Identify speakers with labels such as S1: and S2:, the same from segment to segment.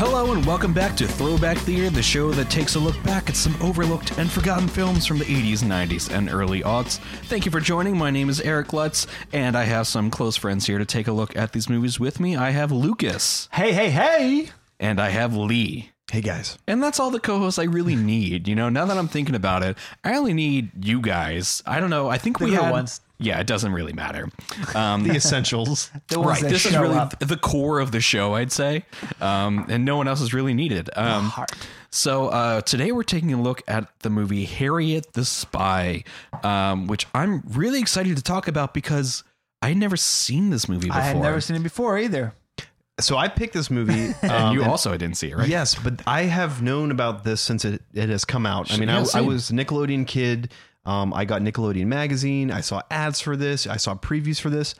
S1: Hello and welcome back to Throwback Theater, the show that takes a look back at some overlooked and forgotten films from the 80s, 90s, and early aughts. Thank you for joining. My name is Eric Lutz, and I have some close friends here to take a look at these movies with me. I have Lucas,
S2: Hey, hey, hey!
S1: and I have Lee.
S2: Hey, guys.
S1: And that's all the co hosts I really need. You know, now that I'm thinking about it, I only need you guys. I don't know. I think we
S2: little
S1: had
S2: ones.
S1: Yeah, it doesn't really matter.
S3: the essentials.
S2: The ones
S1: Right.
S2: that
S1: This is
S2: show
S1: really
S2: up.
S1: the core of the show, I'd say. Um, and no one else is really needed. Um,
S2: heart.
S1: So uh, today we're taking a look at the movie Harriet the Spy, um, which I'm really excited to talk about because I had never seen this movie before.
S2: I had never seen it before either.
S3: So I picked this movie.
S1: and
S3: um,
S1: you also didn't see it, right?
S3: yes, but I have known about this since it, it has come out. I mean,
S1: Yeah,
S3: I, I
S1: same.
S3: was a Nickelodeon kid. Um, I got Nickelodeon magazine. I saw ads for this. I saw previews for this,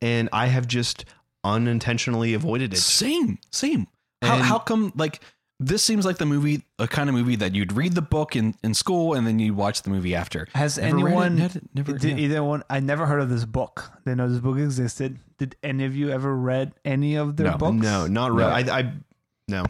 S3: and I have just unintentionally avoided it.
S1: Same, same. How,
S3: And-
S1: how come, like, this seems like the movie, a kind of movie that you'd read the book in, in school and then you'd watch the movie after.
S2: Has
S1: Never read it,
S2: anyone
S1: had- never,
S2: did
S1: yeah.
S2: either one? I never heard of this book. They know this book existed. Did any of you ever read any of their
S1: No.
S2: books?
S3: No, not
S1: No.
S3: really. I, I no.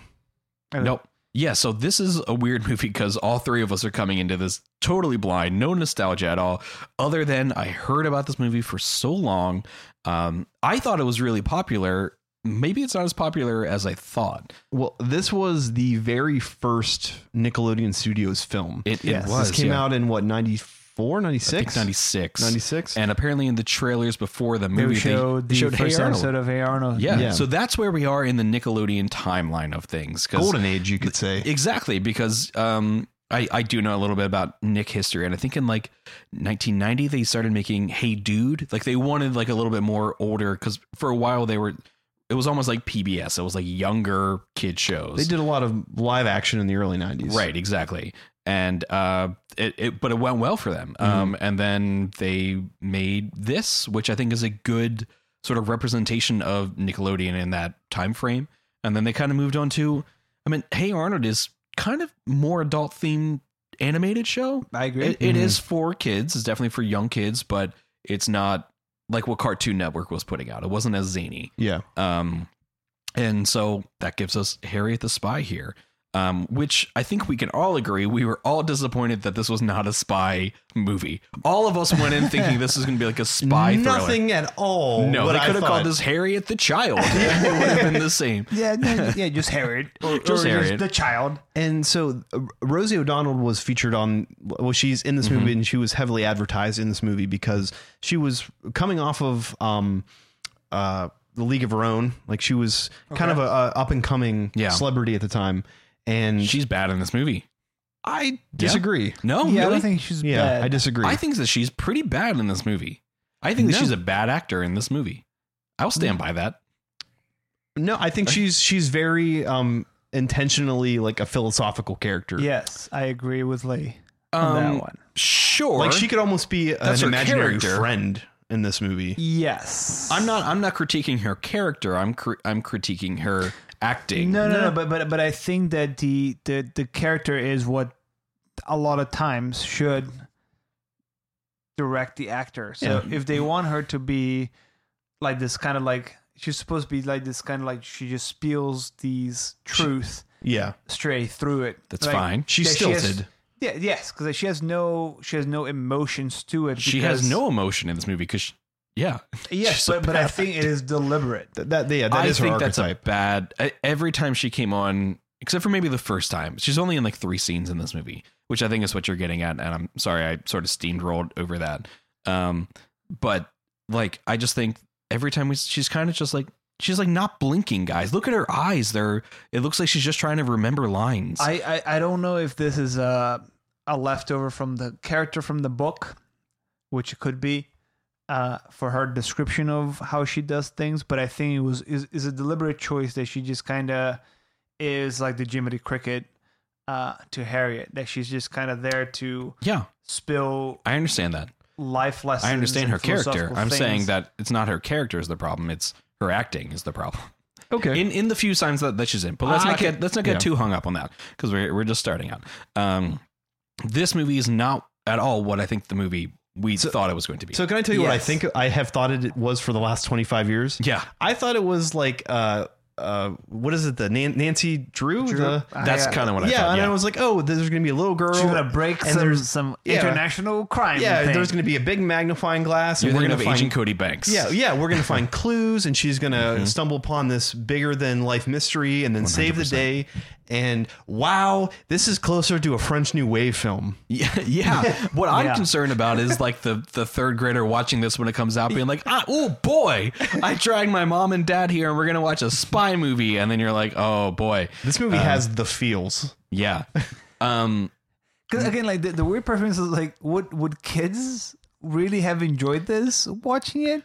S2: Okay.
S1: Nope. Yeah, so this is a weird movie because all three of us are coming into this totally blind, no nostalgia at all, other than I heard about this movie for so long. Um, I thought it was really popular. Maybe it's not as popular as I thought.
S3: Well, this was the very first Nickelodeon Studios film.
S1: It,
S2: Yes.
S1: it
S2: This
S1: was.
S3: this came
S1: yeah.
S3: out in what 94,
S1: I think
S3: 96?
S1: 96.
S3: 96?
S1: And apparently in the trailers before the
S2: They
S1: movie,
S2: showed
S1: they
S2: the
S1: showed
S2: first
S1: Hey Arnold.
S2: episode of Hey Arnold.
S1: Yeah.
S3: Yeah.
S1: so that's where we are in the Nickelodeon timeline of things. 'cause-
S3: Golden age, you could say.
S1: Exactly, because um, I, I do know a little bit about Nick history, and I think in like 1990 they started making Hey Dude. Like they wanted like a little bit more older because for a while they were. It was almost like PBS. It was like younger kid shows.
S3: They did a lot of live action in the early 90s.
S1: Right, exactly. And uh, it, it, but it went well for them. Um, and then they made this, which I think is a good sort of representation of Nickelodeon in that time frame. And then they kind of moved on to, I mean, Hey Arnold is kind of more adult themed animated show.
S2: I agree.
S1: It, it is for kids. It's definitely for young kids, but it's not like what Cartoon Network was putting out. It wasn't as zany.
S3: Yeah.
S1: Um, and so that gives us Harriet the Spy here, um, which I think we can all agree we were all disappointed that this was not a spy movie. All of us went in thinking this was going to be like a spy
S3: Nothing at all.
S1: thriller. No,
S3: what
S1: they
S3: I
S1: could have called
S3: thought.
S1: this Harriet the Child. and it would have been the same.
S2: Mm-hmm. Yeah, no, yeah, just Harriet. Or,
S1: Just
S2: or
S1: Harriet.
S2: the child.
S3: And so uh, Rosie O'Donnell was featured on. Well, she's in this
S1: Mm-hmm.
S3: movie, and she was heavily advertised in this movie because she was coming off of um, uh, the League of Her Own. Like she was kind of a, a up and coming
S1: Yeah.
S3: celebrity at the time. And
S1: She's bad in this movie.
S3: I disagree.
S1: No, Oh,
S2: yeah, I
S1: really?
S2: don't think she's
S3: Yeah,
S2: bad.
S3: I disagree.
S1: I think that she's pretty bad in this movie. I think that
S3: No.
S1: she's a bad actor in this movie. I'll stand by that.
S3: no, I think she's she's very um, intentionally like a philosophical character.
S2: Yes, I agree with Lee on
S1: Um,
S2: that one.
S1: Sure.
S3: like she could almost be
S1: That's
S3: an
S1: her
S3: imaginary
S1: character.
S3: friend in this movie.
S2: Yes,
S1: I'm not. I'm not critiquing her character. I'm cr- I'm critiquing her acting.
S2: No, no, no. But but but I think that the the the character is what a lot of times should direct the actor. So if they want her to be like this kind of like she's supposed to be like this kind of like she just spills these truth
S3: Yeah,
S2: straight through it.
S1: That's
S2: Like,
S1: fine.
S3: she's
S2: that she has-
S3: stilted.
S2: yeah, yes, because she has no she has no emotions to it.
S1: She has
S2: because-
S1: no emotion in this movie because, yeah,
S2: Yes,
S1: she's a
S2: but, but I
S1: bad
S2: think it is deliberate.
S3: Th- that, yeah, that
S1: I
S3: is her
S1: think that's a
S3: archetype.
S1: bad. e- Every time she came on, except for maybe the first time, she's only in like three scenes in this movie, which I think is what you're getting at. And I'm sorry, I sort of steamrolled over that. Um, but like, I just think every time we, she's kind of just like she's like not blinking, guys. Look at her eyes; they're. It looks like she's just trying to remember lines.
S2: I, I I don't know if this is a a leftover from the character from the book, which it could be, uh, for her description of how she does things. But I think it was is is a deliberate choice that she just kind of is like the Jiminy Cricket uh, to Harriet, that she's just kind of there to
S1: yeah,
S2: spill
S1: I understand that.
S2: life lessons.
S1: I understand
S2: and
S1: her character.
S2: philosophical
S1: I'm
S2: things.
S1: saying that it's not her character is the problem. It's her acting is the problem.
S3: Okay.
S1: In in the few signs that, that she's in, but let's
S3: I
S1: not
S3: can-
S1: get let's not get
S3: yeah.
S1: too hung up on that because we're we're just starting out. Um, this movie is not at all what I think the movie we thought it was going to be.
S3: so can I tell you what I
S2: Yes.
S3: think I have thought it was for the last 25 years?
S1: yeah,
S3: I thought it was like uh uh, what is it? The Nan- Nancy Drew. The,
S1: That's kind of what I
S3: yeah,
S1: thought.
S3: and
S1: Yeah,
S3: I was like, oh, there's gonna be a little girl.
S2: She's gonna break
S3: and
S2: some,
S3: there's-
S2: some
S3: yeah.
S2: international crime.
S3: Yeah,
S2: thing.
S3: there's gonna be a big magnifying glass.
S1: You're
S3: and we're
S1: thinking
S3: gonna
S1: of
S3: find
S1: Agent Cody Banks.
S3: Yeah, yeah, we're gonna find clues, and she's gonna
S1: Mm-hmm.
S3: stumble upon this bigger than life mystery, and then save the day. And wow, this is closer to a French New Wave film.
S1: Yeah, yeah. What I'm
S2: Yeah.
S1: concerned about is like the the third grader watching this when it comes out, being like, ah, "Oh boy, I dragged my mom and dad here, and we're gonna watch a spy movie." And then you're like, "Oh boy,
S3: This movie has the feels.
S1: yeah." Um,
S2: Because again, like the, the weird preference is like, would would kids really have enjoyed this watching it?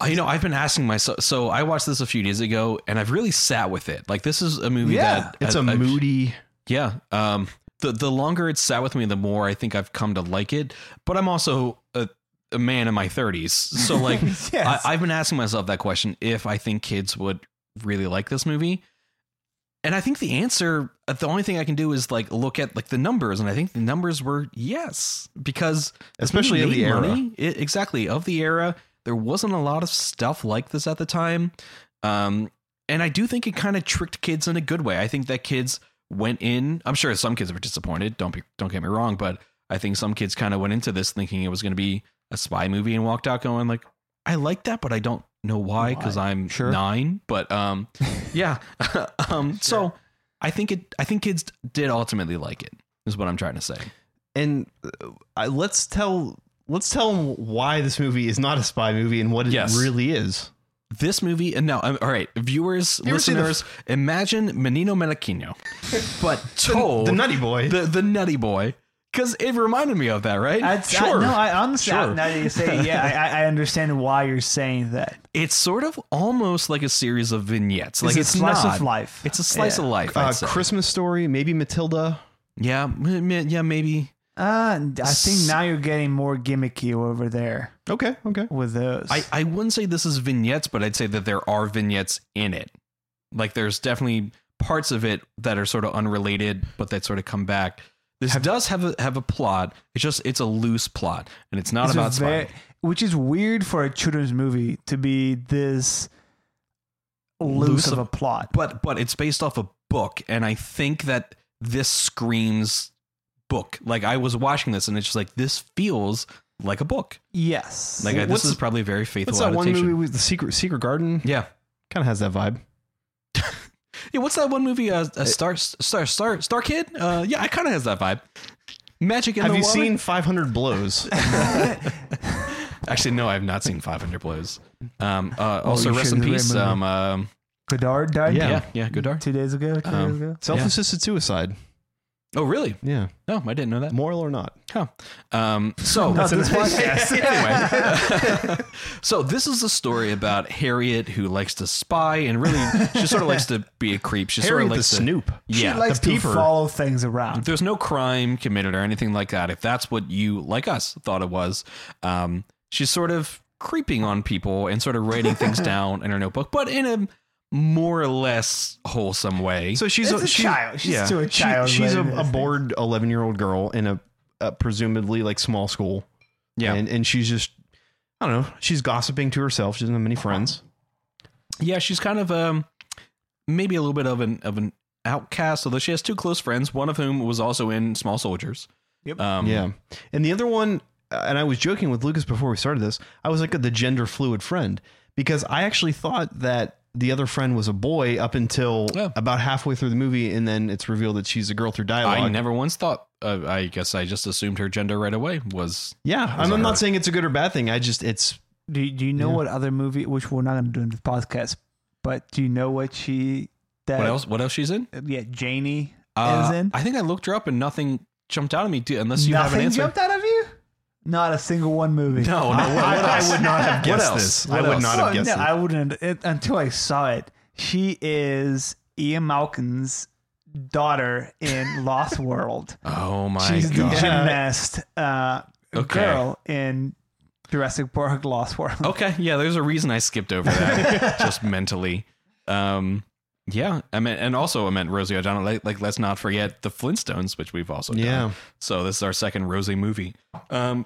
S1: I- you know, I've been asking myself. So I watched this a few days ago, and I've really sat with it. Like, this is a movie
S2: Yeah,
S1: that
S3: It's
S1: a
S3: a moody.
S1: Yeah. Um. The the longer it's sat with me, the more I think I've come to like it. But I'm also a, a man in my 30s, so like
S2: Yes.
S1: I, I've been asking myself that question: if I think kids would really like this movie, and I think the answer, the only thing I can do is like look at like the numbers, and I think the numbers were yes because this movie
S3: Especially of
S1: made
S3: the era.
S1: money. I- exactly of the era. There wasn't a lot of stuff like this at the time. Um, and I do think it kind of tricked kids in a good way. I think that kids went in. I'm sure some kids were disappointed. Don't be, don't get me wrong, but I think some kids kind of went into this thinking it was going to be a spy movie and walked out going like, I like that, but I don't know why because I'm
S3: Sure.
S1: nine. But um, yeah. um, so I think it. I think kids did ultimately like it. Is what I'm trying to say.
S3: And uh, I, let's tell let's tell 'em why this movie is not a spy movie and what it
S1: Yes.
S3: really is.
S1: This movie, and no, I'm, all right, viewers,
S3: ever see the-
S1: listeners, imagine Menino Meniquino, but
S3: The,
S1: told
S3: the Nutty Boy. Uh,
S1: the the nutty boy because it reminded me of that right
S2: I'd, I, no, I honestly,
S1: Sure.
S2: now that you say, it, yeah, I, I- I understand why you're saying that.
S1: it's sort of almost like a series of vignettes like
S2: a
S1: it's
S2: slice
S1: not-
S2: of life.
S1: it's a slice
S2: Yeah.
S1: of life I'd
S3: uh,
S1: say.
S3: Christmas story, maybe Matilda.
S1: yeah m- m- yeah maybe
S2: Uh, I think now you're getting more gimmicky over there
S3: Okay, okay.
S2: with those.
S1: I, I wouldn't say this is vignettes but i'd say that there are vignettes in it like there's definitely parts of it that are sort of unrelated but that sort of come back this does have a have a plot it's just it's a loose plot and it's not
S2: It's a
S1: about
S2: ve-
S1: spying
S2: which is weird for a children's movie to be this loose,
S1: Loose
S2: of,
S1: of-
S2: a plot.
S1: but but it's based off a book and i think that this screams book like i was watching this and it's just like this feels like a book
S2: yes,
S1: like I, this
S3: What's-
S1: is probably a very faithful
S3: What's that one
S1: adaptation
S3: movie with the secret Secret Garden?
S1: yeah
S3: Kind of has that vibe.
S1: yeah what's that one movie uh, uh, star star star star kid uh yeah it kind of has that vibe magic in
S3: Have
S1: the
S3: you
S1: Water?
S3: seen 500 Blows?
S1: actually no i've not seen 500 blows um uh also
S2: you
S1: rest
S2: should.
S1: in
S2: Great
S1: peace
S2: movie.
S1: um um
S2: Godard died.
S1: yeah
S3: Yeah.
S1: yeah, good dark
S2: two days ago. Two
S1: Um,
S2: days ago.
S3: Self-assisted suicide.
S1: oh really
S3: Yeah,
S1: no i didn't know that
S3: moral or not.
S1: Huh. Um, so
S2: Not this podcast.
S1: anyway, so this is a story about Harriet who likes to spy and really she sort of likes to be a creep. She sort
S3: Harriet
S1: of
S3: the
S1: likes to
S3: Snoop.
S1: Yeah,
S2: she likes
S1: the
S2: to
S1: peeper.
S2: follow things around.
S1: There's no crime committed or anything like that. If that's what you like us thought it was, um, she's sort of creeping on people and sort of writing things down in her notebook, but in a more or less wholesome way.
S3: So she's
S2: It's a
S3: she-
S2: child. She's still a
S3: She-
S2: child
S3: she's a,
S2: writing
S3: a
S2: this
S3: bored eleven year old girl in a, a presumably like small school.
S1: Yeah.
S3: and and she's just I don't know. She's gossiping to herself. She doesn't have many friends.
S1: yeah, she's kind of um maybe a little bit of an of an outcast, although she has two close friends, one of whom was also in Small Soldiers.
S2: Yep.
S1: Um,
S3: Yeah, and the other one, uh, and I was joking with Lucas before we started this. I was like the gender fluid friend because I actually thought that the other friend was a boy up until
S1: Yeah.
S3: about halfway through the movie, and then it's revealed that she's a girl through dialogue.
S1: I never once thought. Uh, I guess I just assumed her gender right away was.
S3: Yeah, I'm, I'm not saying it's a good or bad thing. I just it's
S2: Do, do you know what other movie? Which we're not going to do in the podcast, but do you know what she? That,
S1: What else? What else she's in?
S2: Yeah, Janie
S1: Uh,
S2: is Uh, in.
S1: I think I looked her up and nothing jumped out at me. do- Unless you have an
S2: Nothing
S1: answer.
S2: jumped out of you. Not a single one movie.
S1: no, no. What,
S3: I-
S1: what
S3: I
S1: else?
S3: would not have
S1: What
S3: guessed
S1: else?
S3: this.
S1: What
S3: I would
S1: else?
S3: not have-
S2: Oh,
S3: guessed
S2: no,
S3: it.
S2: I wouldn't it, until I saw it. She is Ian Malkin's daughter in Lost World.
S1: Oh my
S2: She's the
S1: god.
S2: gymnast uh,
S1: Okay.
S2: girl in Jurassic Park Lost World.
S1: Okay, yeah. There's a reason I skipped over that just mentally. Um, yeah, I mean, and also I meant Rosie O'Donnell. Like, like, let's not forget the Flintstones, which we've also
S3: Yeah.
S1: done. So this is our second Rosie movie. Um,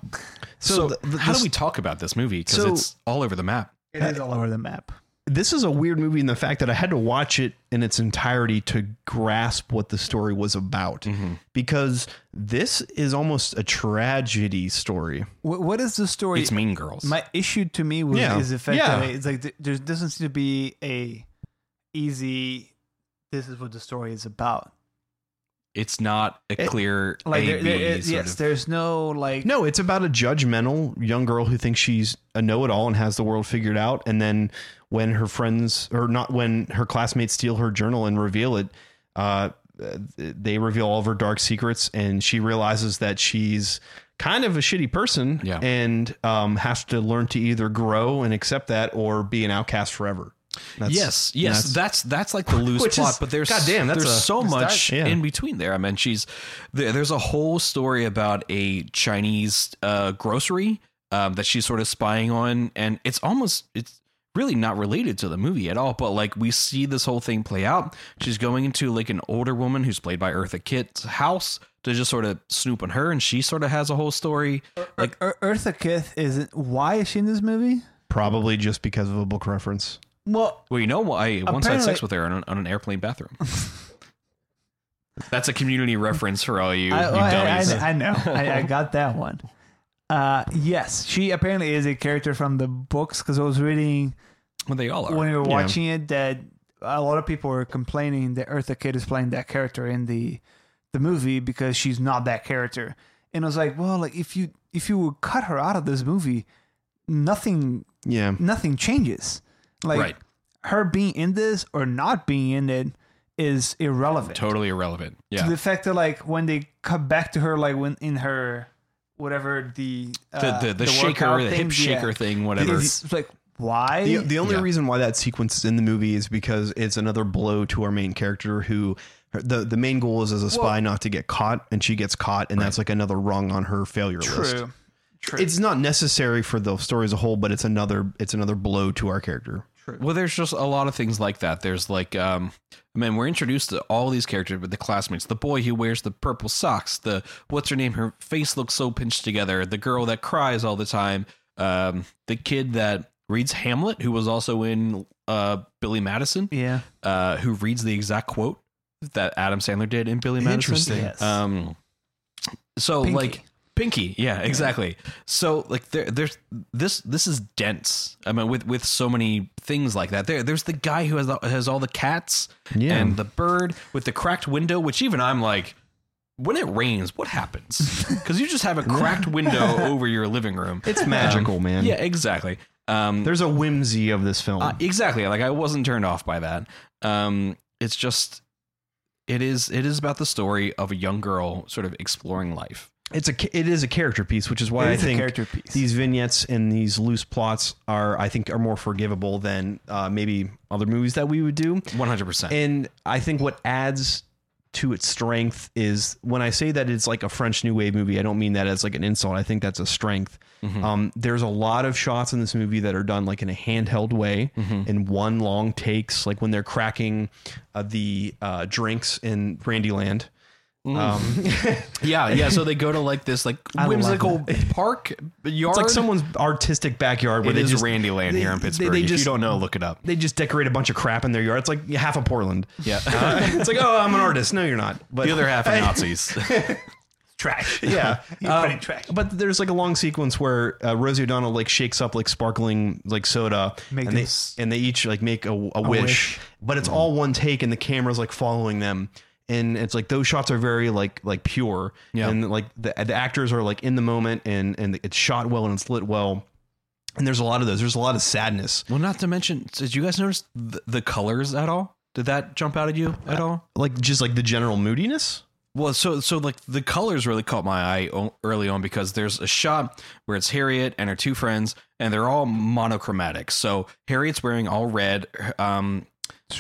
S1: so
S3: So the- the-
S1: how
S3: the-
S1: do we talk about this movie? Because
S3: so-
S1: it's all over the map.
S2: It is all over the map.
S3: this is a weird movie in the fact that I had to watch it in its entirety to grasp what the story was about because this is almost a tragedy story.
S2: Wh- what is the story?
S1: It's Mean Girls.
S2: My issue to me was
S3: Yeah.
S2: is the fact
S3: Yeah.
S2: that it's like th- there doesn't seem to be a easy. This is what the story is about.
S1: it's not a
S3: It-
S1: clear
S2: Like
S1: A,
S2: there, there-
S1: B
S2: it-
S1: sort
S2: yes,
S1: of-
S2: there's no like
S3: No, it's about a judgmental young girl who thinks she's a know-it-all and has the world figured out and then when her friends or not when her classmates steal her journal and reveal it uh they reveal all of her dark secrets and she realizes that she's kind of a shitty person
S1: Yeah.
S3: and um, has to learn to either grow and accept that or be an outcast forever. That's,
S1: yes, yes, that's
S3: that's-
S1: that's like the loose
S3: Which
S1: plot,
S3: is-
S1: but there's
S3: goddamn, that's
S1: there's
S3: a-
S1: so much
S3: dark. Yeah.
S1: in between there. I mean, she's there, there's a whole story about a Chinese uh, grocery um, that she's sort of spying on, and it's almost it's really not related to the movie at all. But like we see this whole thing play out. She's going into like an older woman who's played by Eartha Kitt's house to just sort of snoop on her, and she sort of has a whole story.
S2: like Ur- Eartha Kitt isn't. Why is she in this movie?
S3: probably just because of a book reference.
S2: Well,
S1: Well, you know why? I once had
S2: Apparently-
S1: sex with her on an, on an airplane bathroom. That's a community reference for all you,
S2: I,
S1: you
S2: well, I- I-
S1: dummies.
S2: I, know. I, I got that one. Uh, yes, she apparently is a character from the books because I was reading
S1: well, they all are.
S2: when we were
S3: Yeah.
S2: watching it that a lot of people were complaining that Eartha Kitt is playing that character in the the movie because she's not that character. And I was like, well, like if you if you would cut her out of this movie, nothing
S3: Yeah.
S2: nothing changes. Like
S1: Right.
S2: her being in this or not being in it is irrelevant.
S1: totally irrelevant. Yeah.
S2: The fact that like when they cut back to her, like when in her whatever the
S1: The,
S2: uh,
S1: the, the, shaker,
S2: workout
S1: the hip
S2: things, yeah.
S1: shaker thing, whatever.
S2: It's it's like why
S3: The, the only
S1: Yeah.
S3: reason why that sequence is in the movie is because it's another blow to our main character who the the main goal is as a spy not to get caught and she gets caught and that's like another rung on her failure list.
S2: true. True.
S3: It's not necessary for the story as a whole, but it's another it's another blow to our character.
S1: Well, there's just a lot of things like that. There's like, um, man, we're introduced to all these characters with the classmates. The boy who wears the purple socks. The what's her name? Her face looks so pinched together. The girl that cries all the time. Um, the kid that reads Hamlet, who was also in uh, Billy Madison.
S2: yeah.
S1: uh, who reads the exact quote that Adam Sandler did in Billy Madison.
S3: Interesting.
S2: Yes.
S1: Um, so
S2: Pinky.
S1: like Pinky, yeah, exactly. So like there, there's this. This is dense. I mean, with with so many things like that. There, there's the guy who has the- has all the cats
S3: Yeah.
S1: and the bird with the cracked window, which even I'm like. When it rains, what happens? Because you just have a cracked window over your living room. Um,
S3: It's magical, man.
S1: yeah, exactly. Um,
S3: There's a whimsy of this film.
S1: uh, exactly. Like I wasn't turned off by that. Um, it's just it is it is about the story of a young girl sort of exploring life.
S3: it's a ca- it is a character piece, which is why
S2: It
S3: I
S2: is a
S3: think
S2: character piece.
S3: these vignettes and these loose plots are I think are more forgivable than uh, maybe other movies that we would do.
S1: One hundred percent.
S3: And I think what adds to its strength is when I say that it's like a French New Wave movie, I don't mean that as like an insult. I think that's a strength.
S1: Mm-hmm.
S3: Um, there's a lot of shots in this movie that are done like in a handheld way
S1: Mm-hmm.
S3: in one long takes, like when they're cracking uh, the uh, drinks in Randyland. Um,
S1: Yeah, yeah. So they go to like this like
S2: love
S1: whimsical park yard.
S3: it's like someone's artistic backyard where
S1: it
S3: they
S1: is
S3: just
S1: Randy Land
S3: they-
S1: here in
S3: they-
S1: Pittsburgh.
S3: they
S1: if
S3: just-
S1: you don't know, look it up.
S3: they just decorate a bunch of crap in their yard. It's like half of Portland.
S1: Yeah,
S3: Uh, it's like, oh, I'm an artist. No, you're not. But
S1: the other half are Nazis.
S2: trash.
S3: yeah,
S2: You're
S3: Um,
S2: pretty trash.
S3: But there's like a long sequence where uh, Rosie O'Donnell like shakes up like sparkling like soda,
S2: Make
S3: and they
S2: this-
S3: and they each like make a, a, wish.
S2: wish. Mm-hmm.
S3: but it's all one take, and the camera's like following them, and it's like those shots are very like like pure,
S1: Yeah.
S3: and like the the actors are like in the moment, and and it's shot well and it's lit well, and there's a lot of those. There's a lot of sadness,
S1: well, not to mention, did you guys notice the, the colors at all? Did that jump out at you at all?
S3: like just like the general moodiness.
S1: Well, so so like the colors really caught my eye o- early on because there's a shot where it's Harriet and her two friends, and they're all monochromatic. So Harriet's wearing all red. Um,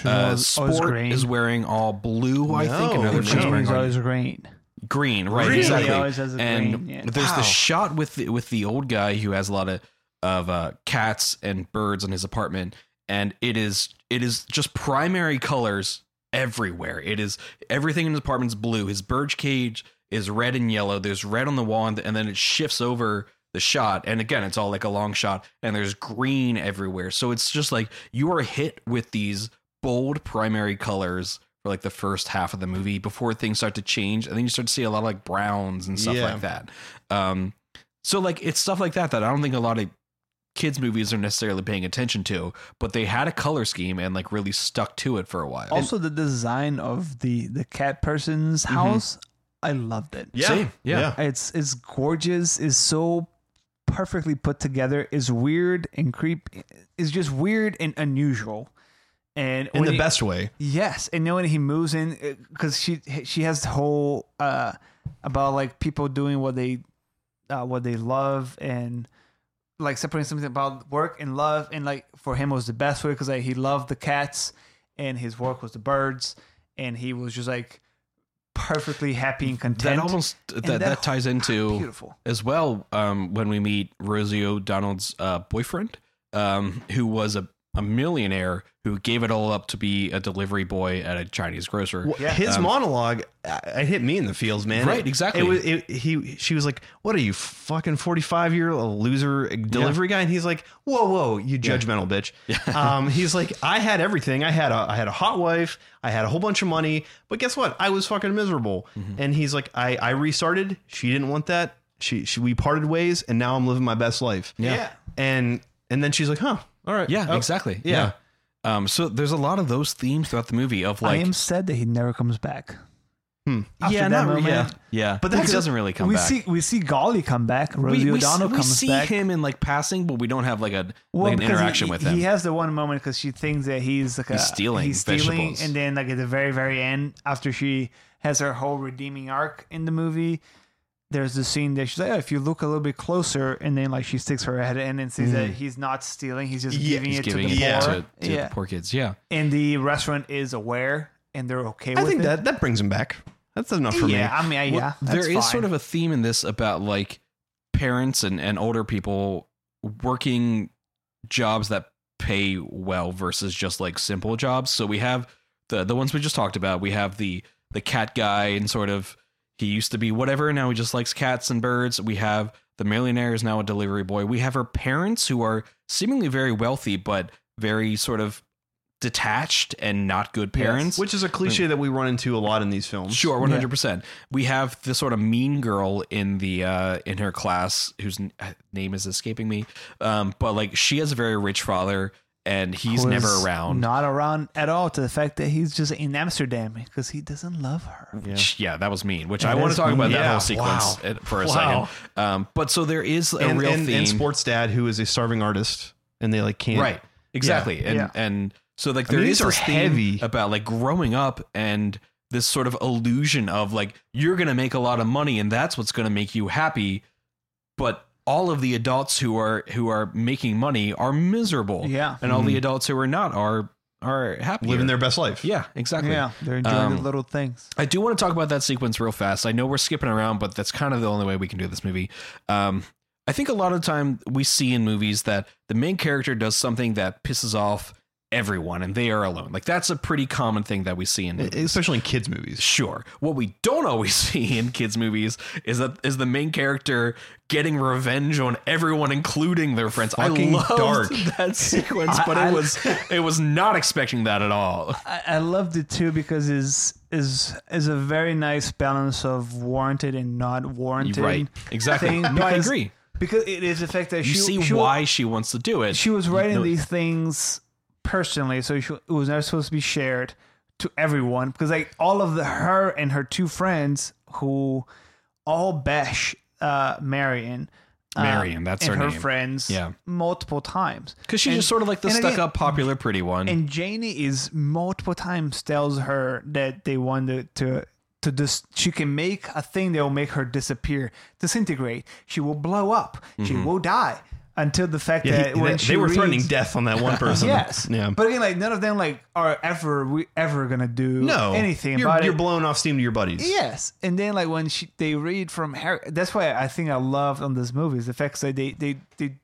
S1: uh,
S2: always- always
S1: Sport
S2: green.
S1: is weaing all blue, I think, and
S3: No,
S1: her other
S3: no.
S1: friend's wearing
S2: James
S1: all
S2: always green.
S1: green, right?
S3: Really?
S1: Exactly.
S2: He always has a
S1: and
S2: green, yeah.
S1: there's
S3: Wow.
S1: the shot with the, with the old guy who has a lot of of uh, cats and birds in his apartment, and it is it is just primary colors everywhere. It is everything in his apartment's blue. His bird cage is red and yellow. There's red on the wall, and, and then it shifts over the shot and again it's all like a long shot and there's green everywhere so it's just like you are hit with these bold primary colors for like the first half of the movie before things start to change and then you start to see a lot of like browns and stuff
S3: Yeah.
S1: like that um so like it's stuff like that that i don't think a lot of kids movies are necessarily paying attention to but they had a color scheme and like really stuck to it for a while
S2: Also, the design of the the cat person's house, I loved it.
S3: Yeah.
S1: Same. Yeah.
S2: It's it's gorgeous. It's so perfectly put together. It's weird and creep. It's just weird and unusual. And
S3: In
S2: when
S3: the
S2: you-
S3: best way.
S2: Yes, and then when he moves in, because she she has the whole uh about like people doing what they uh, what they love and like separating something about work and love and like for him it was the best way because like he loved the cats and his work was the birds and he was just like perfectly happy and
S1: that
S2: content.
S1: almost that,
S2: that
S1: that, ties into
S2: beautiful.
S1: as well um, when we meet Rosie O'Donnell's uh, boyfriend, um, who was a, a millionaire who gave it all up to be a delivery boy at a Chinese grocer.
S3: Well, His monologue, I- it hit me in the feels, man.
S1: Right,
S3: It-
S1: exactly.
S3: It was it, he. She was like, "What are you, fucking forty-five year old loser delivery guy?" And he's like, "Whoa, whoa, you judgmental bitch." Um, he's like, "I had everything. I had a, I had a hot wife. I had a whole bunch of money. But guess what? I was fucking miserable." And he's like, "I, I restarted. She didn't want that. She, she, we parted ways, and now I'm living my best life."
S1: Yeah.
S3: And and then she's like, "Huh? All right.
S1: Yeah,
S3: Oh,
S1: exactly.
S3: Yeah.
S1: Yeah. Um, so there's a lot of those themes throughout the movie of
S2: I
S1: like,
S2: am sad that he never comes back.
S3: Hmm.
S2: After
S1: yeah,
S2: that
S1: not
S2: moment,
S1: really. Yeah. yeah,
S3: But
S1: but
S3: that's-
S1: that doesn't really come
S2: we
S1: back.
S2: see we see Golly come back. Rosie
S1: we, we,
S2: O'Donnell
S1: we
S2: comes
S1: see
S2: back.
S1: him in like passing, but we don't have like a like an
S2: because he-
S1: interaction with
S2: he,
S1: him.
S2: He has the one moment because she thinks that he's like
S1: He's
S2: a-
S1: stealing
S2: he's stealing,
S1: vegetables.
S2: and then like at the very very end, after she has her whole redeeming arc in the movie, there's the scene that she's like, oh, if you look a little bit closer, and then like she sticks her head in and sees that he's not stealing, he's just
S3: Yeah,
S2: giving
S1: Mm. He's
S2: it
S1: giving
S2: to
S1: it
S2: the
S3: Yeah.
S2: poor.
S1: to, to
S2: yeah,
S1: the poor kids. Yeah,
S2: and the restaurant is aware and they're okay
S3: I
S2: with
S3: think
S2: it.
S3: that that brings him back. That's enough for me."
S2: yeah, I mean, yeah,
S1: Well, there
S2: that's
S1: is
S2: fine.
S1: sort of a theme in this about like parents and, and older people working jobs that pay well versus just like simple jobs. So we have the the ones we just talked about. We have the the cat guy and sort of he used to be whatever now he just likes cats and birds. We have the millionaire is now a delivery boy. We have her parents who are seemingly very wealthy but very sort of detached and not good parents.
S3: Which is a cliche that we run into a lot in these films.
S1: Sure, one hundred percent. We have the sort of mean girl in the uh, in her class whose n- uh, name is escaping me, um, but like she has a very rich father and he's
S2: was
S1: never around.
S2: Not around at all to the fact that he's just in Amsterdam because he doesn't love her.
S1: yeah. that was mean. Which I
S2: That
S1: want
S2: is
S1: to talk about
S3: mean.
S1: that
S3: Yeah,
S1: whole sequence
S3: wow.
S1: uh, for a
S3: Wow.
S1: second. Um, but so there is a
S3: And,
S1: real
S3: and,
S1: theme.
S3: and sports dad who is a starving artist and they like can't
S1: right exactly and
S2: Yeah.
S1: and so like
S3: I mean,
S1: there is
S3: these are
S1: this theme
S3: heavy.
S1: about like growing up and this sort of illusion of like you're gonna make a lot of money and that's what's gonna make you happy but all of the adults who are who are making money are miserable
S2: Yeah.
S1: and all the adults who are not are are happy
S3: Mm-hmm. living their best life.
S1: yeah exactly
S2: Yeah, they're enjoying the
S1: Um,
S2: little things.
S1: I do want to talk about that sequence real fast. I know we're skipping around, but that's kind of the only way we can do this movie. Um, I think a lot of the time we see in movies that the main character does something that pisses off everyone and they are alone. Like that's a pretty common thing that we see in movies.
S3: Especially in kids' movies.
S1: Sure. What we don't always see in kids movies is that is the main character getting revenge on everyone, including their friends.
S3: Fucking
S1: I loved
S3: dark.
S1: that sequence, but
S2: I-
S1: it was it was not expecting that at all.
S2: I, I loved it too because is is is a very nice balance of warranted and not warranted.
S1: Right. Exactly.
S2: thing,
S1: No, I
S2: because-
S1: agree.
S2: Because it is the fact that
S1: You
S2: she,
S1: see
S2: she,
S1: why she wants to do it.
S2: she was writing
S1: No.
S2: these things personally, so she, it was never supposed to be shared to everyone because like all of the her and her two friends who all bash uh, Marion. uh,
S1: Marion, that's
S2: and
S1: her
S2: her
S1: name.
S2: friends
S1: Yeah.
S2: multiple times
S1: Because she's
S2: And-
S1: just sort of like the
S2: and
S1: stuck
S2: again-
S1: up, popular, pretty one.
S2: and Janie is multiple times tells her that they wanted to to dis- she can make a thing that will make her disappear, disintegrate. She will blow up. She
S1: Mm-hmm.
S2: will die until the fact
S3: Yeah,
S2: that
S3: he-
S2: when
S3: they,
S2: she
S3: they were
S2: reads,
S3: threatening death on that one person.
S2: Yes.
S3: Yeah.
S2: But again, like none of them like are ever we ever gonna do
S3: no.
S2: anything
S3: You're,
S2: about
S3: you're
S2: it.
S3: blowing off steam to your buddies.
S2: Yes, and then like when she, they read from Harry, that's why I think I love on this movie is the fact that they they they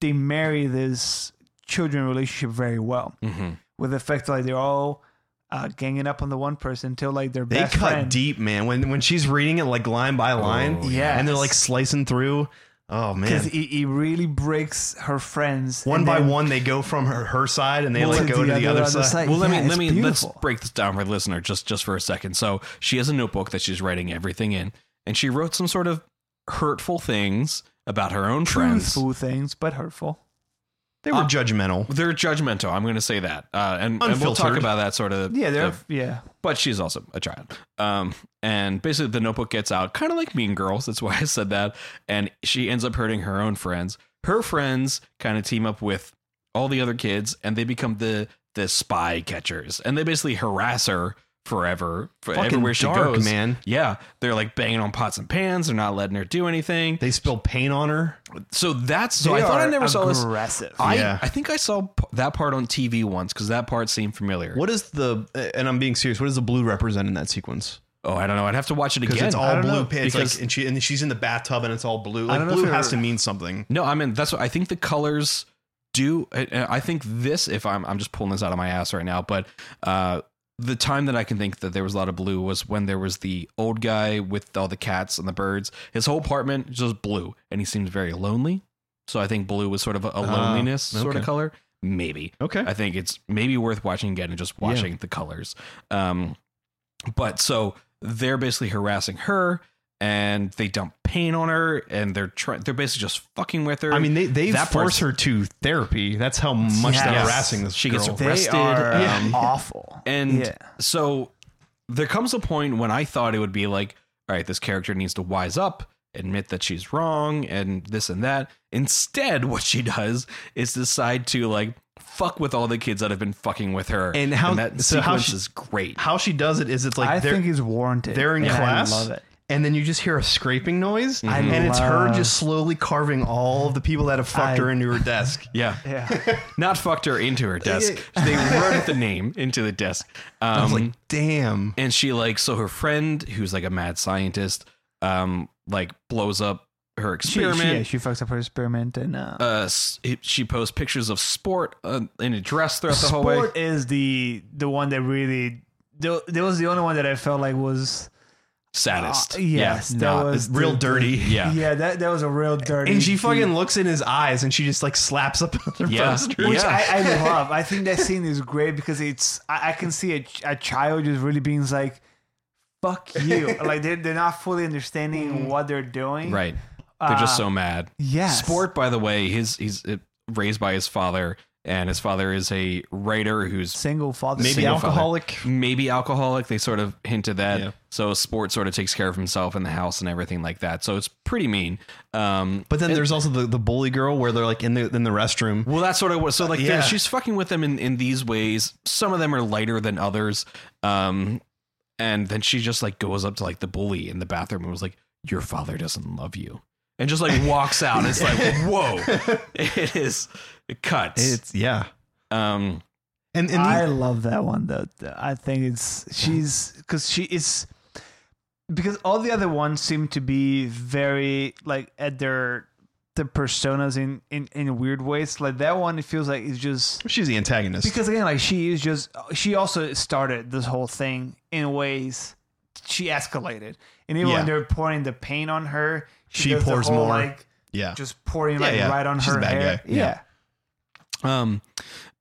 S2: they marry this children relationship very well
S3: Mm-hmm.
S2: with the fact that like, they're all uh, ganging up on the one person until like their
S3: They
S2: best
S3: cut
S2: friend.
S3: deep, man. When when she's reading it like line by line,
S1: Oh,
S2: yeah.
S3: and they're like slicing through. Oh
S2: because
S3: man.
S2: he, he really breaks her friends
S3: One
S2: and
S3: by
S2: then-
S3: one, they go from her, her side and they
S2: Well,
S3: like
S2: to
S3: go to
S2: the
S3: the,
S2: other-
S3: other,
S2: other
S3: side.
S2: side.
S3: side.
S1: Well, let
S2: Yeah,
S1: me
S2: it's
S1: let me
S2: beautiful.
S1: let's break this down for the listener just just for a second. So she has a notebook that she's writing everything in, and she wrote some sort of hurtful things about her own friends.
S2: truthful things, but hurtful.
S3: They were judgmental.
S1: They're judgmental. I'm going to say that, uh, and, and we'll talk
S3: Unfiltered.
S1: about that sort of.
S2: Yeah, they're
S1: of-
S2: yeah.
S1: but she's also a child. Um, and basically, the notebook gets out, kind of like Mean Girls. That's why I said that. And she ends up hurting her own friends. Her friends kind of team up with all the other kids, and they become the the spy catchers, and they basically harass her forever for
S3: Fucking
S1: everywhere she
S3: dark,
S1: goes.
S3: man.
S1: yeah, they're like banging on pots and pans. They're not letting her do anything.
S3: They spill paint on her.
S1: So that's so I
S2: They
S1: thought I
S2: are
S1: never saw this.
S2: Aggressive.
S1: I,
S3: Yeah.
S1: I think I saw p- that part on TV once because that part seemed familiar.
S3: What is the? And I'm being serious. What does the blue represent in that sequence?
S1: Oh, I don't know. I'd have to watch it
S3: Because
S1: again.
S3: it's
S2: I
S3: all
S2: don't
S3: blue.
S2: know.
S3: pa- It's
S1: Because-
S3: like and she and she's in the bathtub and it's all blue.
S2: I
S3: Like
S2: don't know
S3: blue
S2: if
S3: has to
S2: you're-
S3: mean something.
S1: No, I mean that's what I think the colors do. I, I think this, if I'm, I'm just pulling this out of my ass right now, but uh, the time that I can think that there was a lot of blue was when there was the old guy with all the cats and the birds. His whole apartment was just blue, and he seemed very lonely. So I think blue was sort of a, a loneliness sort of
S3: okay.
S1: color. Maybe
S3: Okay.
S1: I think it's maybe worth watching again and just watching the colors. Um, but so they're basically harassing her. And they dump paint on her, and they're try- they're basically just fucking with her.
S3: I mean, they they
S1: That part's-
S3: force her to therapy. That's how much they're
S2: Yes.
S3: harassing this
S1: She
S3: girl.
S1: gets
S2: they
S1: arrested,
S2: are
S1: um,
S2: um, awful.
S1: and
S2: yeah.
S1: so there comes a point when I thought it would be like, all right, this character needs to wise up, admit that she's wrong, and this and that. Instead, what she does is decide to like fuck with all the kids that have been fucking with her.
S3: And how-
S1: that
S3: so how
S1: sequence
S3: she-
S1: is great.
S3: how she does it is it's like
S2: I
S3: they're,
S2: think it's warranted.
S3: they're in
S2: and
S3: class
S2: I love it.
S3: and then you just hear a scraping noise
S2: I
S3: and it's her
S2: love-
S3: just slowly carving all of the people that have
S2: I-
S3: fucked her into her desk.
S1: Yeah,
S2: Yeah,
S1: not fucked her into her desk. they wrote the name into the desk. Um,
S3: I was like, damn.
S1: and she like so her friend who's like a mad scientist, um, like blows up her
S2: she, she,
S1: experiment.
S2: yeah, she fucks up her experiment, and uh,
S1: uh, s- it- she posts pictures of sport uh, in a dress throughout the whole way.
S2: sport is the the one that really. the- That was the only one that I felt like was
S1: Saddest.
S2: Uh, yes,
S1: Yeah.
S2: that
S1: Nah,
S2: was
S3: real
S2: the-
S3: dirty.
S1: yeah.
S2: yeah that that was a real dirty.
S3: And she fucking looks in his eyes and she just like slaps up another
S1: Yeah.
S3: poster.
S2: Which
S1: Yeah.
S2: I, I love. I think that scene is great because it's I, I can see a, ch- a child just really being like, "Fuck you!" like they're they're not fully understanding what they're doing.
S1: Right. They're just so mad.
S2: uh, yes.
S1: Sport, by the way, his he's uh, raised by his father, and his father is a writer who's
S2: Single father.
S3: Maybe
S1: Single
S3: alcoholic.
S1: maybe alcoholic. They sort of hinted that.
S3: Yeah.
S1: So Sport sort of takes care of himself in the house and everything like that. So it's pretty mean. Um,
S3: But then there's also the, the bully girl where they're like in the in the restroom.
S1: Well, that's sort of what. So, like, they're-
S3: yeah.
S1: she's fucking with them in, in these ways. Some of them are lighter than others. Um, and then she just like goes up to like the bully in the bathroom and was like, "Your father doesn't love you," and just like walks out. It's like, whoa, it is. It cuts.
S3: It's yeah.
S1: um,
S3: And and
S2: I
S3: the,
S2: love that one though. I think it's she's because she is because all the other ones seem to be very like at their the personas in in in weird ways. Like that one, it feels like it's just
S3: she's the antagonist.
S2: because again like she is just she also started this whole thing in ways she escalated and even
S3: Yeah.
S2: when they're pouring the paint on her
S3: She
S2: does the
S3: pours
S2: whole,
S3: more.
S2: like
S3: yeah.
S2: just pouring like
S3: yeah.
S2: right on
S3: She's a
S2: her
S3: bad
S2: hair
S3: guy.
S2: yeah,
S3: Yeah.
S1: um,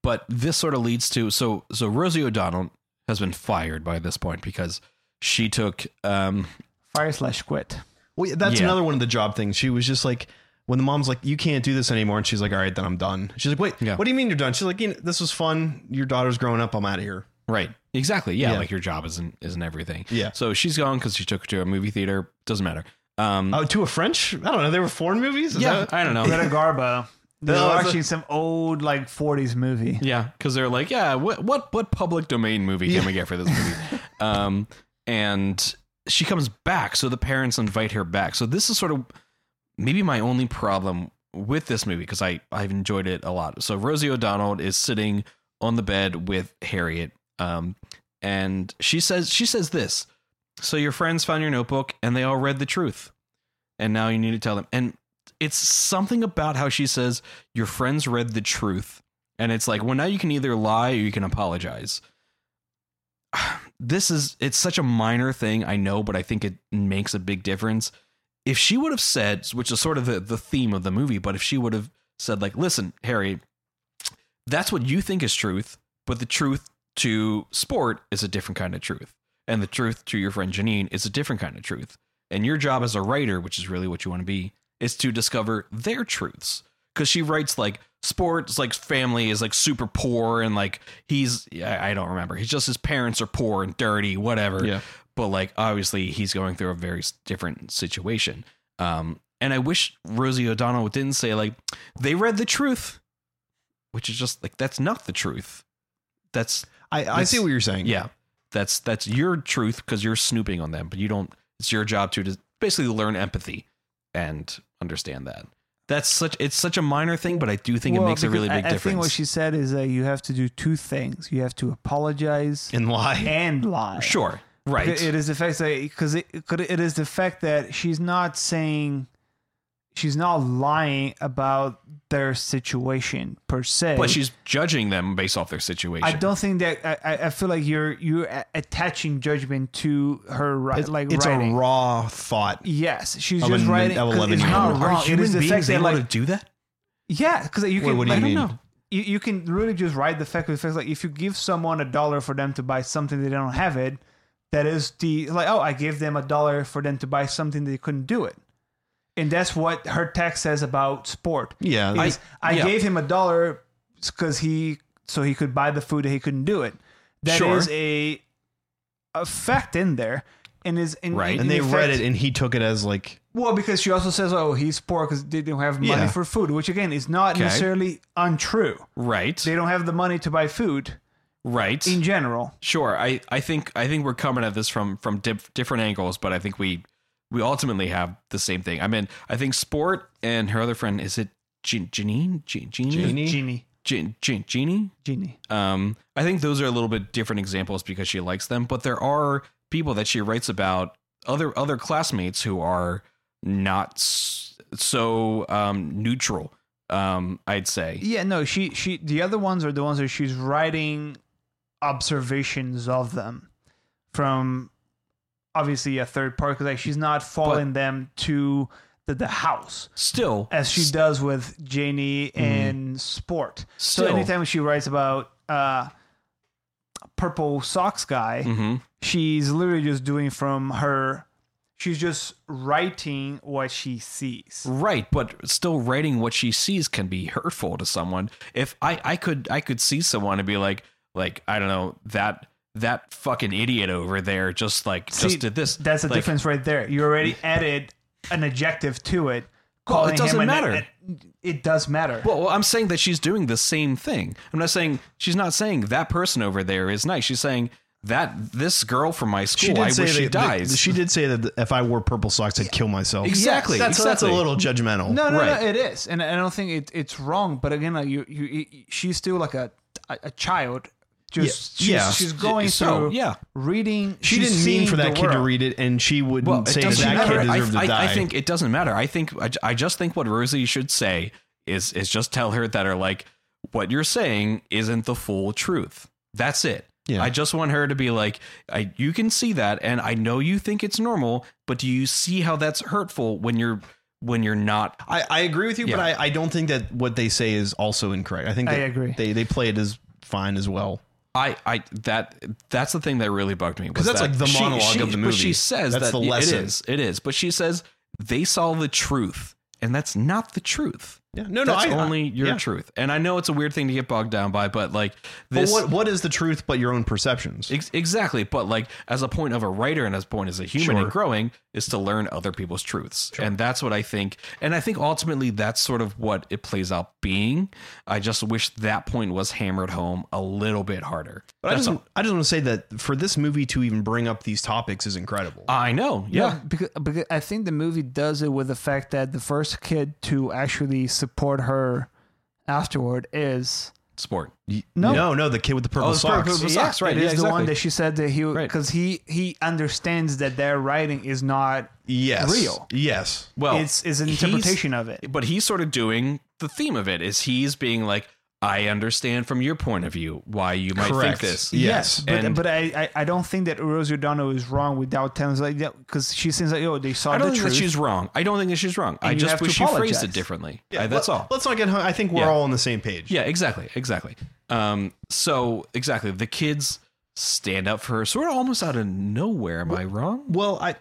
S1: but this sort of leads to so so Rosie O'Donnell has been fired by this point because she took um
S2: fire slash quit
S3: Well, yeah, that's
S1: Yeah.
S3: another one of the job things. She was just like, when the mom's like, "You can't do this anymore," and she's like, "All right, then I'm done." She's like, "Wait,
S1: Yeah.
S3: what do you mean you're done?" She's like, you know, "This was fun. Your daughter's growing up. I'm out of here."
S1: Right. Exactly. Yeah,
S3: Yeah.
S1: Like your job isn't isn't everything.
S3: Yeah.
S1: So she's gone because she took her to a movie theater. Doesn't matter. Um.
S3: Oh, to a French? I don't know. They were foreign movies. Is
S1: yeah.
S3: that-
S1: I don't know.
S2: Greta Garbo they're
S3: No, it's a-
S2: watching some old like 40s movie
S1: Yeah, because they're like, yeah, what what what public domain movie can we get for this movie? um, and she comes back, so the parents invite her back. So this is sort of maybe my only problem with this movie because I I've enjoyed it a lot. So Rosie O'Donnell is sitting on the bed with Harriet, um, and she says she says this. So your friends found your notebook and they all read the truth, and now you need to tell them. And it's something about how she says your friends read the truth, and it's like well now you can either lie or you can apologize. This is it's such a minor thing I know, but I think it makes a big difference if she would have said, which is sort of the, the theme of the movie, but if she would have said, like, listen, Harry, that's what you think is truth, but the truth to sport is a different kind of truth. And the truth to your friend Janine is a different kind of truth. And your job as a writer, which is really what you want to be, is to discover their truths. Because she writes like sports, like family is like super poor and like he's, I I don't remember. He's just his parents are poor and dirty, whatever
S3: Yeah.
S1: but like obviously he's going through a very s- different situation um and i wish rosie o'donnell didn't say like they read the truth which is just like that's not the truth that's
S3: I, I
S1: That's-
S3: see what you're saying.
S1: yeah that's that's your truth because you're snooping on them but you don't it's your job to just basically learn empathy and understand that that's such it's such a minor thing but i do think
S2: Well,
S1: it makes a
S2: because
S1: really
S2: I-
S1: big
S2: I,
S1: difference
S2: think what she said is that you have to do two things. You have to apologize
S3: And lie.
S2: and lie.
S1: sure right
S2: It- It is the fact that because it, it could it is the fact that she's not saying she's not lying about their situation per se.
S1: but she's judging them based off their situation
S2: I don't think that I, I- I feel like you're you're a- attaching judgment to her right like
S3: it's
S2: writing.
S3: a raw thought.
S2: yes, she's
S3: of
S2: just
S3: an-
S2: writing.
S3: of
S2: 'cause
S3: 11
S2: It's
S3: year
S2: not
S3: old.
S1: are
S2: wrong. It
S1: human
S2: is the fact
S1: beings
S2: that
S1: able
S2: like
S1: to do that
S2: yeah, because you
S3: Wait,
S2: can
S3: what do
S2: like,
S3: you mean?
S2: you, you can really just ride the fact with the fact like if you give someone a dollar for them to buy something they don't have it that is the like oh i gave them a dollar for them to buy something they couldn't do it and that's what her text says about sport
S3: Yeah.
S2: I, I
S1: yeah.
S2: gave him a dollar because he so he could buy the food that he couldn't do it That
S1: Sure.
S2: is a a fact in there and is in,
S1: Right.
S2: in-
S3: and
S2: in
S3: they read
S2: effect-
S3: it and he took it as like
S2: well, because she also says, "Oh, he's poor because they don't have money
S3: Yeah.
S2: for food," which again is not
S1: Okay.
S2: necessarily untrue.
S1: right
S2: They don't have the money to buy food
S1: right
S2: in general.
S1: sure i i think i think we're coming at this from from dif- different angles but i think we we ultimately have the same thing i mean i think sport and her other friend is it Jean- janine Jean- jeannie
S3: Genie?
S2: Genie,
S1: Jean- Jean- jeannie
S2: genie.
S1: um i think those are a little bit different examples because she likes them but there are people that she writes about other other classmates who are not s- so um neutral um i'd say
S2: Yeah, no, she she. The other ones are the ones that she's writing observations of them from obviously a third party because like she's not following them to the, the house
S1: still
S2: as she does with Janie and Sport.
S1: Hmm. still
S2: So anytime she writes about uh purple socks guy,
S1: Mhm.
S2: she's literally just doing from her. She's just writing what she sees.
S1: Right, but still writing what she sees can be hurtful to someone. If I I could I could see someone and be like like I don't know that that fucking idiot over there just like
S2: See,
S1: just did this.
S2: That's the
S1: Like,
S2: difference right there. You already added an adjective to it.
S1: Well, it
S2: calling him
S1: doesn't
S2: an-
S1: matter.
S2: it does matter.
S1: Well, well, I'm saying that she's doing the same thing. I'm not saying she's not saying that person over there is nice. She's saying that this girl from my school.
S3: "Oh,
S1: I wish she
S3: that-
S1: dies.
S3: that- she did say that if I wore purple socks, I'd kill myself.
S1: Exactly,
S3: That's, that's a
S1: exactly.
S3: little judgmental.
S2: no, no,
S1: right.
S2: no, it is, and I don't think it, it's wrong. But again, like you, you, you- she's still like a a, a child. Just
S3: Yeah.
S2: she's,
S3: Yeah.
S2: she's going
S1: So,
S2: through
S1: yeah.
S2: reading.
S3: she
S2: she's
S3: didn't mean
S2: seeing
S3: for
S2: the
S3: that kid to
S2: world.
S3: read it, and she would
S1: Well,
S3: not
S1: it
S3: say that,
S1: doesn't
S3: that
S1: matter.
S3: kid deserved
S1: I,
S3: to
S1: I-
S3: die.
S1: I think it doesn't matter. I think I, I just think what Rosie should say is is just tell her that are like what you're saying isn't the full truth. That's it.
S3: Yeah.
S1: I just want her to be like, I you can see that, and I know you think it's normal, but do you see how that's hurtful when you're when you're not?
S3: I, I agree with you, but
S1: Yeah.
S3: I, I don't think that what they say is also incorrect. I think
S2: I
S3: that
S2: agree.
S3: They they play it as fine as well.
S1: I I that that's the thing that really bugged me because
S3: that's like the monologue of the
S1: But she
S3: movie.
S1: says
S3: That's
S1: that
S3: the
S1: y-
S3: lesson.
S1: it is it is, but she says they saw the truth, and that's not the truth.
S3: Yeah, no, no,
S1: that's
S3: I,
S1: only your
S3: yeah.
S1: truth. And I know it's a weird thing to get bogged down by, but like
S3: But
S1: this
S3: what what is the truth but your own perceptions?
S1: ex- exactly. But like as a point of a writer and as a point as a human
S3: Sure.
S1: and growing is to learn other people's truths, and that's what I think. And I think ultimately that's sort of what it plays out being. I just wish that point was hammered home a little bit harder.
S3: but I
S1: That's
S3: just
S1: all.
S3: I just want to say that for this movie to even bring up these topics is incredible.
S1: I know. Yeah.
S2: No, because, because I think the movie does it with the fact that the first kid to actually support her afterward is
S1: Sport.
S2: no.
S3: no, no, the kid with the purple
S1: Oh, the purple-
S3: socks.
S1: purple- socks, right,
S2: It is
S1: yeah,
S2: the one
S1: exactly.
S2: that she said that he because he he understands that their writing is not
S3: Yes,
S2: Real.
S3: Yes,
S1: Well,
S2: it's is an
S1: he's-
S2: interpretation of it.
S1: but he's sort of doing the theme of it is he's being like I understand from your point of view why you might think this.
S3: Yes.
S2: but,
S1: And-
S2: but I, I I don't think that Rosie O'Donnell is wrong without telling us like that because she seems like oh they saw
S1: I don't
S2: the
S1: think
S2: truth.
S1: that she's wrong. I don't think that she's wrong. I
S2: you
S1: just
S2: have to
S1: wish she phrased
S2: apologize.
S1: it differently.
S3: Yeah,
S1: I- that's
S3: let-
S1: all.
S3: Let's not get hung. I think we're
S1: Yeah.
S3: all on the same page.
S1: Yeah, exactly, exactly. Um, so exactly, the kids stand up for her, sort of almost out of nowhere. Am I wrong?
S3: Well, I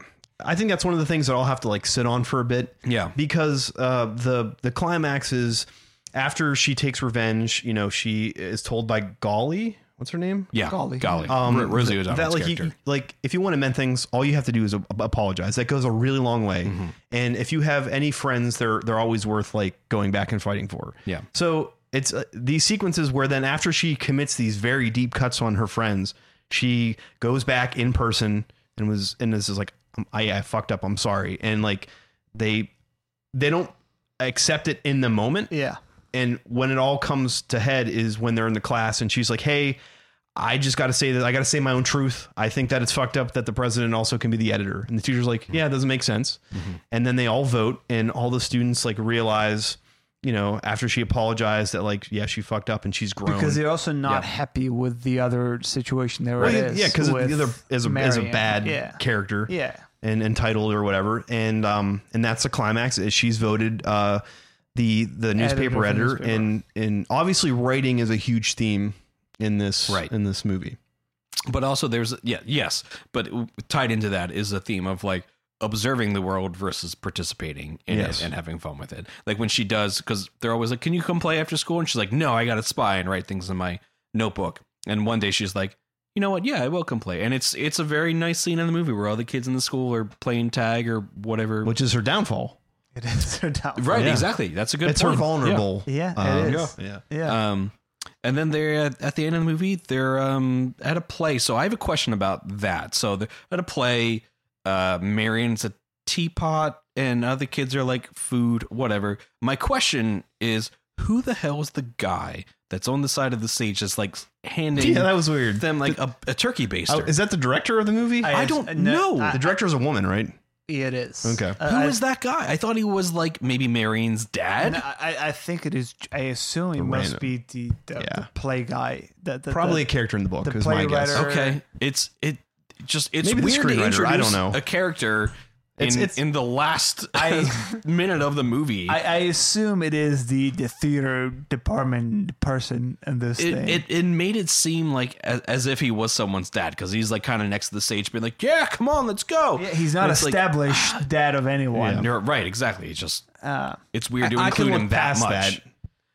S3: I think that's one of the things that I'll have to like sit on for a bit.
S1: Yeah.
S3: Because uh, the the climax is after she takes revenge. You know, she is told by Golly. What's her name?
S1: Yeah,
S2: Golly. Um,
S1: golly. Ro- Rosie O'Donnell's
S3: that, like, you-
S1: character.
S3: like, if you want to mend things, all you have to do is a- apologize. That goes a really long way.
S1: Mm-hmm.
S3: And if you have any friends, they're they're always worth like going back and fighting for.
S1: Yeah.
S3: So it's uh, these sequences where then after she commits these very deep cuts on her friends, she goes back in person and was and this is like "Um, I, I fucked up. I'm sorry. And like they they don't accept it in the moment
S2: yeah.
S3: and when it all comes to head is when they're in the class and she's like hey i just got to say that i got to say my own truth i think that it's fucked up that the president also can be the editor and the teacher's like yeah it doesn't make sense and then they all vote and all the students like realize you know after she apologized that like yeah she fucked up and she's grown
S2: Because they're also not happy with the other situation there
S3: Well,
S2: it
S3: yeah,
S2: is.
S3: yeah because
S2: with
S3: the other is a, is a
S2: Marion.
S3: bad
S2: Yeah.
S3: character
S2: Yeah.
S3: and entitled or whatever and um and that's the climax is she's voted uh the the newspaper
S2: for
S3: editor
S2: newspaper.
S3: and and obviously writing is a huge theme in this
S1: Right.
S3: in this movie
S1: but also there's yeah yes but tied into that is the theme of like observing the world versus participating in
S3: Yes.
S1: it and having fun with it like when she does because they're always like can you come play after school and she's like no i gotta spy and write things in my notebook and one day she's like you know what yeah i will come play and it's it's a very nice scene in the movie where all the kids in the school are playing tag or whatever
S3: which is her downfall
S2: It is her downfall.
S1: right
S3: yeah.
S1: exactly that's a good
S3: it's her
S1: point.
S3: vulnerable
S2: Yeah, it
S3: um,
S2: is.
S3: yeah
S2: Yeah.
S1: Yeah. um and then they're at, at the end of the movie they're um at a play so i have a question about that so they're at a play uh marion's a teapot and other kids are like food whatever my question is who the hell is the guy that's on the side of the stage that's like handing
S3: yeah that was weird
S1: them like a, a turkey
S3: Oh,
S1: baster
S3: is that the director of the movie
S1: I don't know.
S2: Uh, I-
S3: the director's a woman right
S2: it is.
S3: Okay.
S2: Uh,
S1: who
S2: I-
S1: is that guy i thought he was like maybe marion's dad
S2: No, I, I think it is. I assume it
S3: Random.
S2: must be the, the,
S3: Yeah.
S2: the play guay. The, the,
S3: probably a
S2: the,
S3: character in the book
S2: the
S3: is
S2: play
S3: my guess
S2: writer-
S1: Okay, it's it just it's
S3: Maybe the
S1: weird to
S3: screenwriter,
S1: introduce
S3: I don't know.
S1: a character in
S3: It's- it's-
S1: in the last minute of the movie.
S2: I, I assume it is the, the theater department person in this
S1: it,
S2: thing.
S1: it it made it seem like as, as if he was someone's dad because he's like kind of next to the stage, being like, "Yeah, come on, let's go."
S2: yeah, he's not
S1: And it's like, ah.
S2: established dad of anyone.
S1: you're right, exactly. It's just
S2: Uh,
S1: it's weird to
S3: I
S1: include
S3: can look
S1: him that
S3: past
S1: much.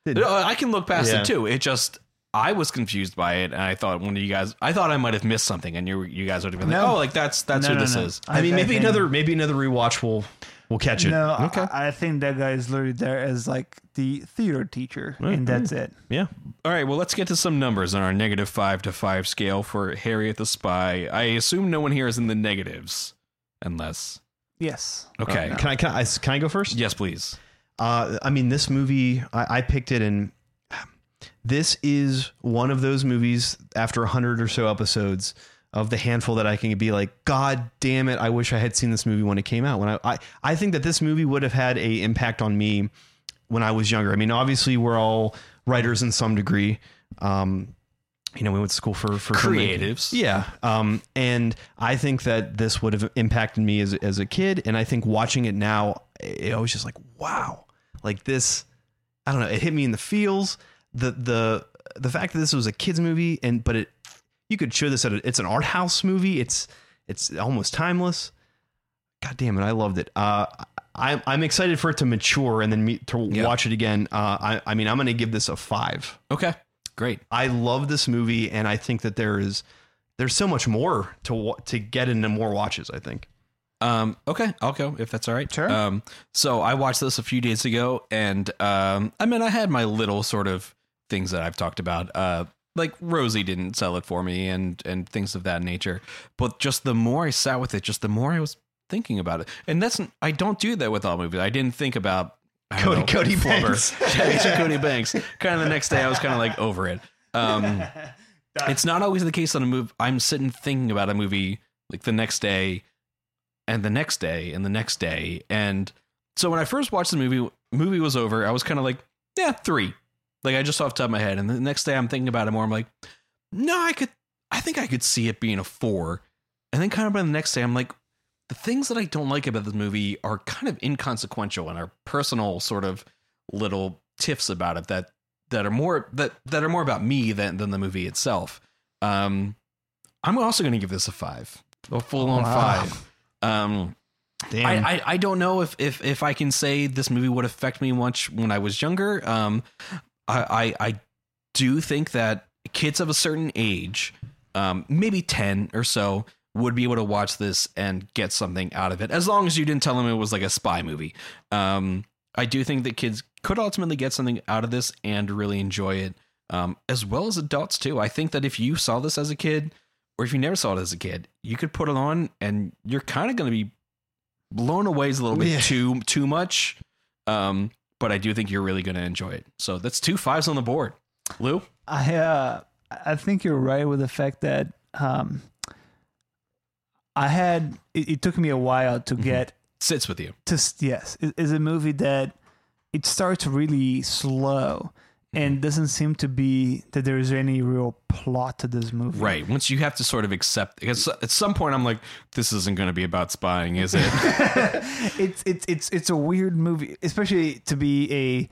S3: that.
S1: No, I can look past
S3: Yeah.
S1: it too. It just. I was confused by it, and I thought one of you guys. I thought I might have missed something, and you you guys would have been like,
S2: No.
S1: "Oh, like that's that's
S2: no,
S1: who
S2: no,
S1: this
S2: no.
S1: is."
S3: I mean maybe
S2: think-
S3: another maybe another rewatch will will catch it
S2: No, I, I think that guy is literally there as like the theater teacher, and that's it.
S3: yeah
S1: All right, well, let's get to some numbers on our negative five to five scale for Harriet the Spy. I assume no one here is in the negatives, unless.
S2: Yes.
S1: Okay.
S3: can I, can I can I go first
S1: Yes, please.
S3: Uh, I mean, this movie, I, I picked it, and this is one of those movies after 100 or so episodes of the handful that I can be like, God damn it, I wish I had seen this movie when it came out. When I, I, I think that this movie would have had a impact on me when I was younger. I mean, obviously, we're all writers in some degree. Um, you know, we went to school for for filmmaking.
S1: Creatives.
S3: Yeah. Um, and I think that this would have impacted me as, as a kid. And I think watching it now, it, I was just like, wow, like this, I don't know, it hit me in the feels. The, the, the fact that this was a kid's movie and, but it, you could show this at a, it's an art house movie. It's, it's almost timeless. God damn it. I loved it. Uh, I'm, I'm excited for it to mature and then me, to
S1: Yeah.
S3: watch it again. Uh, I, I mean, I'm going to give this a five.
S1: Okay. Great.
S3: I love this movie, and I think that there is there's so much more to wa- to get into more watches. I think.
S1: Um, okay, I'll go if that's all right.
S2: Sure.
S1: Um, so I watched this a few days ago, and um, I mean, I had my little sort of things that I've talked about. Uh, like Rosie didn't sell it for me, and and things of that nature. But just the more I sat with it, just the more I was thinking about it, and that's I don't do that with all movies. I didn't think about I don't
S3: Cody- Cody
S1: Flubber.
S3: Banks.
S1: yeah, it's Cody Banks. Kind of the next day, I was kind of like over it. Um,
S2: Ah.
S1: it's not always the case on a movie. I'm sitting thinking about a movie like the next day, and the next day, and the next day, and so when I first watched the movie, movie was over. I was kind of like, yeah, three. Like I just off the top of my head, and the next day I'm thinking about it more. I'm like, no, I could, I think I could see it being a four. And then kind of by the next day, I'm like, the things that I don't like about this movie are kind of inconsequential and are personal sort of little tiffs about it that that are more that that are more about me than than the movie itself. Um, I'm also going to give this a five, a full on
S2: Wow.
S1: five. Um,
S3: Damn.
S1: I, I, I don't know if, if if I can say this movie would affect me much when I was younger. Um, I I, I do think that kids of a certain age, um, maybe ten or so, would be able to watch this and get something out of it, as long as you didn't tell them it was like a spy movie. Um, I do think that kids could ultimately get something out of this and really enjoy it, um, as well as adults too. I think that if you saw this as a kid, or if you never saw it as a kid, you could put it on and you're kind of going to be blown away is a little bit
S3: Yeah.
S1: too too much. Um, but I do think you're really going to enjoy it. So that's two fives on the board. Lou,
S2: I uh, I think you're right with the fact that um, I had it, it took me a while to get
S1: sits with you.
S2: to s- yes, it is a movie that it starts really slow and doesn't seem to be that there is any real plot to this movie.
S1: Right. Once you have to sort of accept, because at some point I'm like, this isn't going to be about spying, is it?
S2: It's it's it's it's a weird movie, especially to be a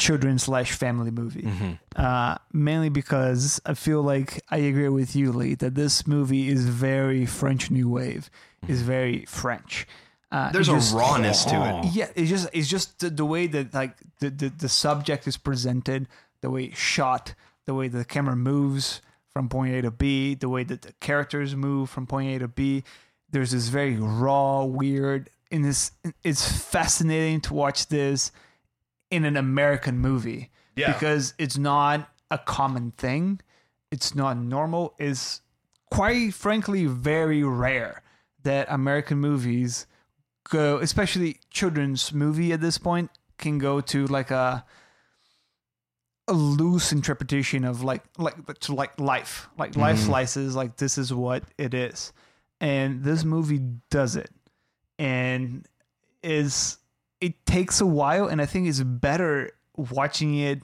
S2: children slash family movie.
S3: Mm-hmm.
S2: Uh, mainly because I feel like I agree with you, Lee, that this movie is very French New Wave, is very French. Uh,
S3: Mm-hmm. There's
S2: it
S3: a
S2: just-
S3: rawness to it.
S2: yeah it's just it's just the, the way that like the, the the subject is presented the way it's shot the way the camera moves from point a to b the way that the characters move from point a to b there's this very raw weird and this it's fascinating to watch this in an american movie
S3: Yeah.
S2: because it's not a common thing it's not normal is quite frankly very rare that american movies go, especially children's movie at this point, can go to like a a loose interpretation of like like but to like life, like life slices, like this is what it is, and this movie does it, and is it takes a while, and I think it's better watching it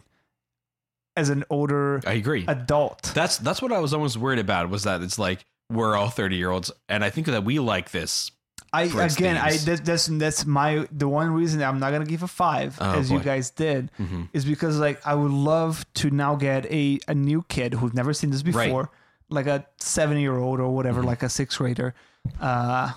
S2: as an older
S1: I agree.
S2: adult.
S1: That's that's what I was almost worried about was that it's like we're all 30 year olds, and I think that we like this.
S2: I
S1: for its
S2: again, I
S1: themes.
S2: that, that's that's my the one reason I'm not gonna give a five
S1: Oh,
S2: as you
S1: boy. Mm-hmm.
S2: guys did is because like I would love to now get a a new kid who's never seen this
S1: Right. Mm-hmm.
S2: before, like a seven year old or whatever, like a sixth grader, uh,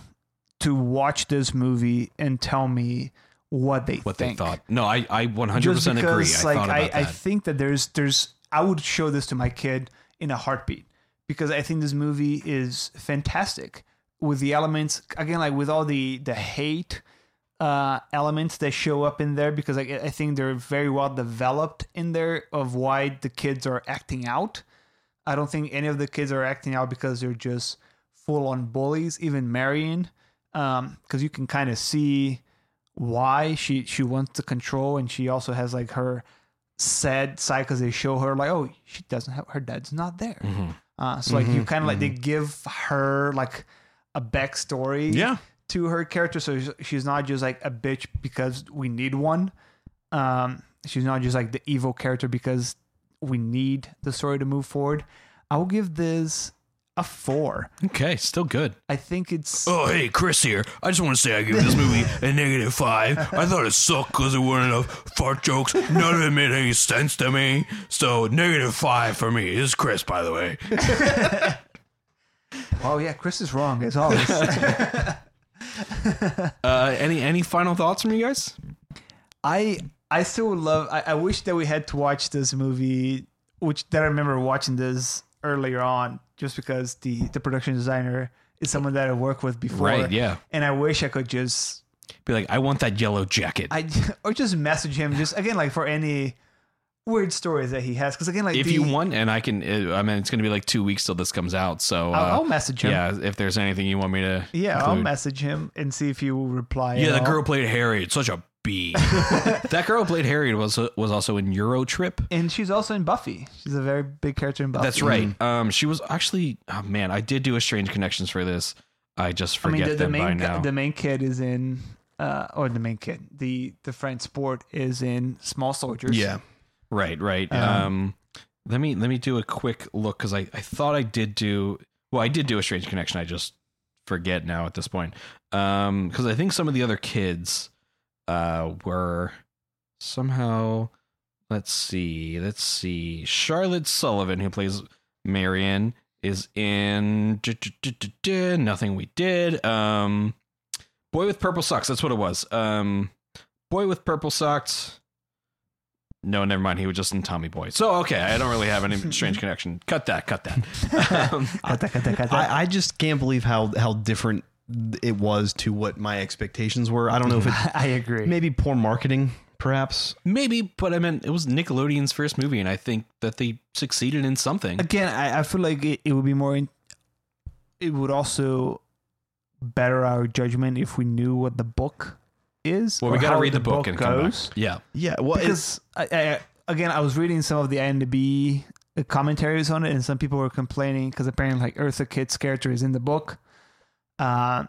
S2: to watch this movie and tell me what they
S1: What
S2: think.
S1: they thought. No, I I 100
S2: Just
S1: percent agree.
S2: because
S1: I
S2: like
S1: thought about
S2: I,
S1: that.
S2: I think that there's there's I would show this to my kid in a heartbeat because I think this movie is fantastic with the elements again like with all the the hate uh, elements that show up in there because I, I think they're very well developed in there of why the kids are acting out. I don't think any of the kids are acting out because they're just full on bullies, even Marion, because you can kind of see why she she wants to control and she also has like her sad side because they show her like oh she doesn't have her dad's not there uh, so like you kind of like they give her like a backstory
S3: Yeah.
S2: to her character so she's- she's not just like a bitch because we need one um she's not just like the evil character because we need the story to move forward i'll give this a four
S1: okay, still good.
S2: i think it's
S4: Oh, hey, Chris here. I just want to say I give this movie a negative five. I thought it sucked because there weren't enough fart jokes. None of it made any sense to me. So, negative five for me. This is Chris, by the way.
S2: oh yeah chris is wrong as always
S1: Uh, any any final thoughts from you guys?
S2: I I still love. I, I wish that we had to watch this movie, which that I remember watching this earlier on, just because the the production designer is someone that I worked with before.
S1: Right, yeah.
S2: And I wish I could just
S1: Be like, I want that yellow jacket.
S2: I or just message him just again like for any weird stories that he has because again like
S1: if
S2: the-
S1: you want, and I can, uh, I mean, it's going to be like two weeks till this comes out. So uh,
S2: I'll, I'll message him. Yeah,
S1: yeah, if there's anything you want me to,
S2: I'll
S1: include.
S2: message him and see if he will reply.
S4: Yeah,
S2: at
S4: the
S2: all.
S4: girl played Harriet. Such a bee.
S1: that girl who played Harriet was was also in Euro Trip.
S2: And she's also in Buffy. She's a very big character in Buffy.
S1: That's right.
S2: Mm-hmm.
S1: Um, she was actually, oh man, I did do a strange connections for this. I just
S2: I mean,
S1: forget
S2: the, the
S1: them by
S2: main
S1: now.
S2: the main kid is in, uh, or the main kid, the the French sport is in Small Soldiers.
S3: yeah.
S1: Right, right. Um,
S2: Um,
S1: let me let me do a quick look because I, I thought I did do well, I did do a strange connection, I just forget now at this point. Um because I think some of the other kids uh were somehow let's see, let's see. Charlotte Sullivan, who plays Marion, is in du- du- du- du- du, Nothing We Did. Um Boy with Purple Socks, that's what it was. Um Boy with Purple Socks. No, never mind. He was just in Tommy Boy. So okay, I don't really have any strange connection. Cut that. Cut that. Um,
S3: I, I just can't believe how how different it was to what my expectations were. I don't know if it
S2: I agree.
S3: maybe poor marketing, perhaps.
S1: maybe, but I meant it was Nickelodeon's first movie, and I think that they succeeded in something.
S2: Again, I, I feel like it, it would be more. In, it would also better our judgment if we knew what the book is.
S1: Well, we
S2: or
S1: got to
S2: how
S1: read the book, and come back.
S2: goes.
S1: Yeah,
S3: Yeah, well,
S2: because I, I, again, I was reading some of the IMDb commentaries on it, and some people were complaining because apparently, like Eartha Kitt's character is in the book, uh,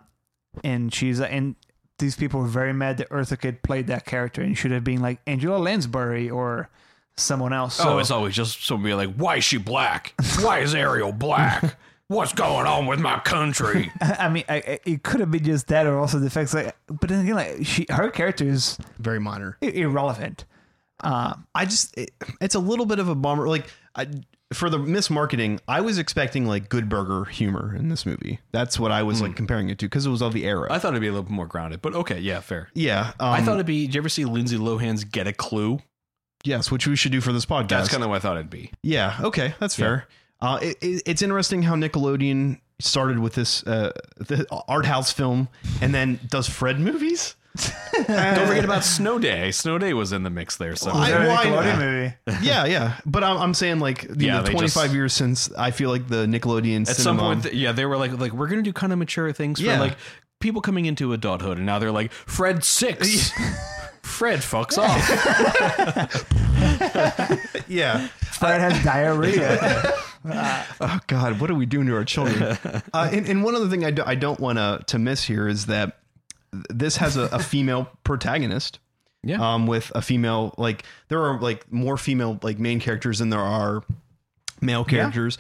S2: and she's uh, and these people were very mad that Eartha Kitt played that character and should have been like Angela Lansbury or someone else. So
S1: oh, it's always just someone be like, "Why is she black? Why is Ariel black? What's going on with my country?"
S2: I mean, I, I- it could have been just that, or also the fact like, but then again, like she, her character is
S3: very minor.
S2: i- irrelevant. Uh,
S3: I just it, it's a little bit of a bummer. Like I, for the mismarketing, I was expecting like Good Burger humor in this movie. That's what I was like comparing it to because it was of the era.
S1: Hmm. I thought it'd be a little bit more grounded, but okay, yeah, fair.
S3: yeah, um,
S1: I thought it'd be. Did you ever see Lindsay Lohan's Get a Clue?
S3: yes, which we should do for this podcast.
S1: That's kind of what I thought it'd be.
S3: Yeah. Okay. That's fair. Uh, it, it, it's interesting how Nickelodeon started with this uh, the art house film and then does Fred movies.
S1: Don't forget about Snow Day. Snow Day was in the mix there. So
S3: I-
S2: very
S3: why
S2: Nickelodeon
S3: not?
S2: movie.
S3: yeah, yeah. But I'm, I'm saying like you
S1: Yeah,
S3: know,
S1: they
S3: 25
S1: just-
S3: years since I feel like the Nickelodeon
S1: at some point, th- yeah, they were like, like we're gonna do kind of mature things for
S3: Yeah.
S1: like people coming into adulthood, and now they're like Fred Six. Fred fucks off.
S3: yeah.
S2: Fred has diarrhea.
S3: Oh God, what are we doing to our children? uh, and, and one other thing I, do, I don't want to to miss here is that th- this has a, a female protagonist.
S1: Yeah.
S3: Um, with a female like there are like more female like main characters than there are male characters,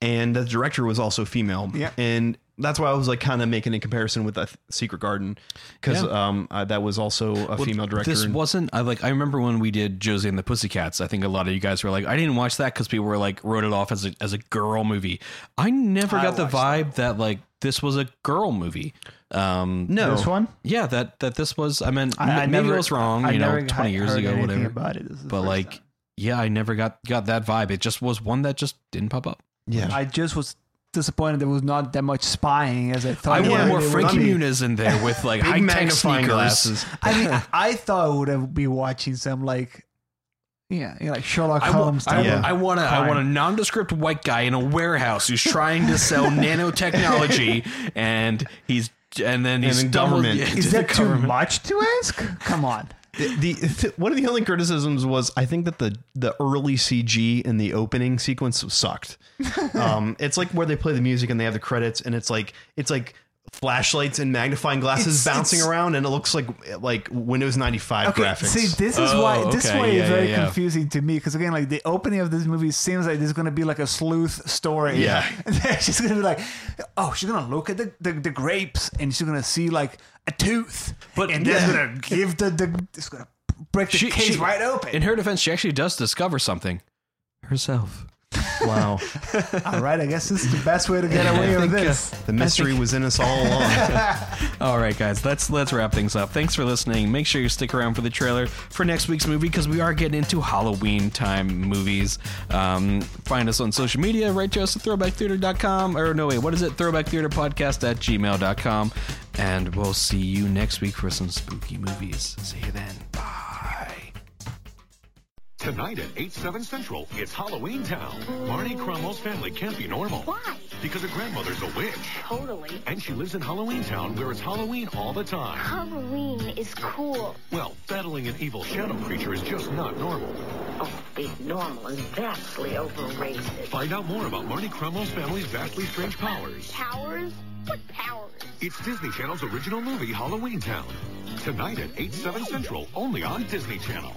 S3: and the director was also female.
S2: Yeah.
S3: And that's why I was like kind of making a comparison with a Secret Garden because um uh, that was also a female director.
S1: This
S3: and-
S1: wasn't. I like. I remember when we did Josie and the Pussycats. I think a lot of you guys were like, I didn't watch that because people were like wrote it off as a as a girl movie. I never got the vibe that. like this was a girl movie. Um,
S3: no.
S2: this one.
S1: yeah, that that this was. I mean,
S2: I, I
S1: maybe
S2: never
S1: I was wrong.
S2: I
S1: you know,
S2: never
S1: twenty
S2: he-
S1: years
S2: heard
S1: ago,
S2: anything
S1: whatever.
S2: About it. This is the
S1: but
S2: first
S1: like,
S2: time.
S1: yeah, I never got got that vibe. It just was one that just didn't pop up.
S3: Yeah.
S2: I just was disappointed there was not that much spying as I thought.
S1: I
S2: there
S1: want
S2: would
S1: more
S2: be.
S1: Frankie Muniz in there with like
S3: Big
S1: high tech
S3: magnifying
S1: sneakers.
S3: glasses.
S2: I mean, I- I thought I would have be watching some like, yeah, you know, like Sherlock
S1: I, wa-
S2: Holmes.
S1: I,
S2: type
S1: wa-
S3: Yeah.
S1: I want a I
S2: Fine.
S1: want a nondescript white guy in a warehouse who's trying to sell nanotechnology, and he's and then he's
S3: then
S1: stumbled-
S3: government.
S1: yeah,
S2: Is
S1: to the
S2: that too
S1: government.
S2: much to ask? Come on.
S3: the, the one of the only criticisms was I think that the the early CG in the opening sequence sucked. Um, it's like where they play the music and they have the credits, and it's like it's like flashlights and magnifying glasses
S2: It's-
S3: bouncing
S2: it's-
S3: around, and it looks like like Windows ninety five graphics.
S2: See, this is
S1: Oh,
S2: why this
S1: okay,
S2: why
S1: yeah,
S2: is very
S1: yeah, yeah.
S2: confusing to me because again, like the opening of this movie seems like there's gonna be like a sleuth story.
S3: Yeah.
S2: and then she's gonna be like, oh, she's gonna look at the, the, the grapes and she's gonna see like a tooth,
S1: But-
S2: and that's gonna give the the it's gonna break the
S1: She-
S2: case
S1: she-
S2: right open.
S1: In her defense, she actually does discover something herself.
S3: wow,
S2: All right, I guess this is the best way to get away
S1: I
S2: with
S1: think, uh,
S2: this.
S3: the mystery was in us all along.
S1: All right, guys, let's let's wrap things up. Thanks for listening. Make sure you stick around for the trailer for next week's movie because we are getting into Halloween time movies. Um, find us on social media. Write to us at throwbacktheater.com. Or, no, wait, what is it? Throwbacktheaterpodcast at gmail.com. And we'll see you next week for some spooky movies. See you then. Bye.
S5: Tonight at 8, 7 Central, it's Halloween Town. Marnie Cromwell's family can't be normal.
S6: Why?
S5: Because her grandmother's a witch.
S6: Totally.
S5: And she lives in Halloween Town where it's Halloween all the time.
S6: Halloween is cool.
S5: Well, battling an evil shadow creature is just not normal.
S6: Oh, big normal is vastly overrated.
S5: Find out more about Marnie Cromwell's family's vastly strange powers.
S6: Powers? What powers?
S5: It's Disney Channel's original movie, Halloween Town. Tonight at 8, 7 Central, only on Disney Channel.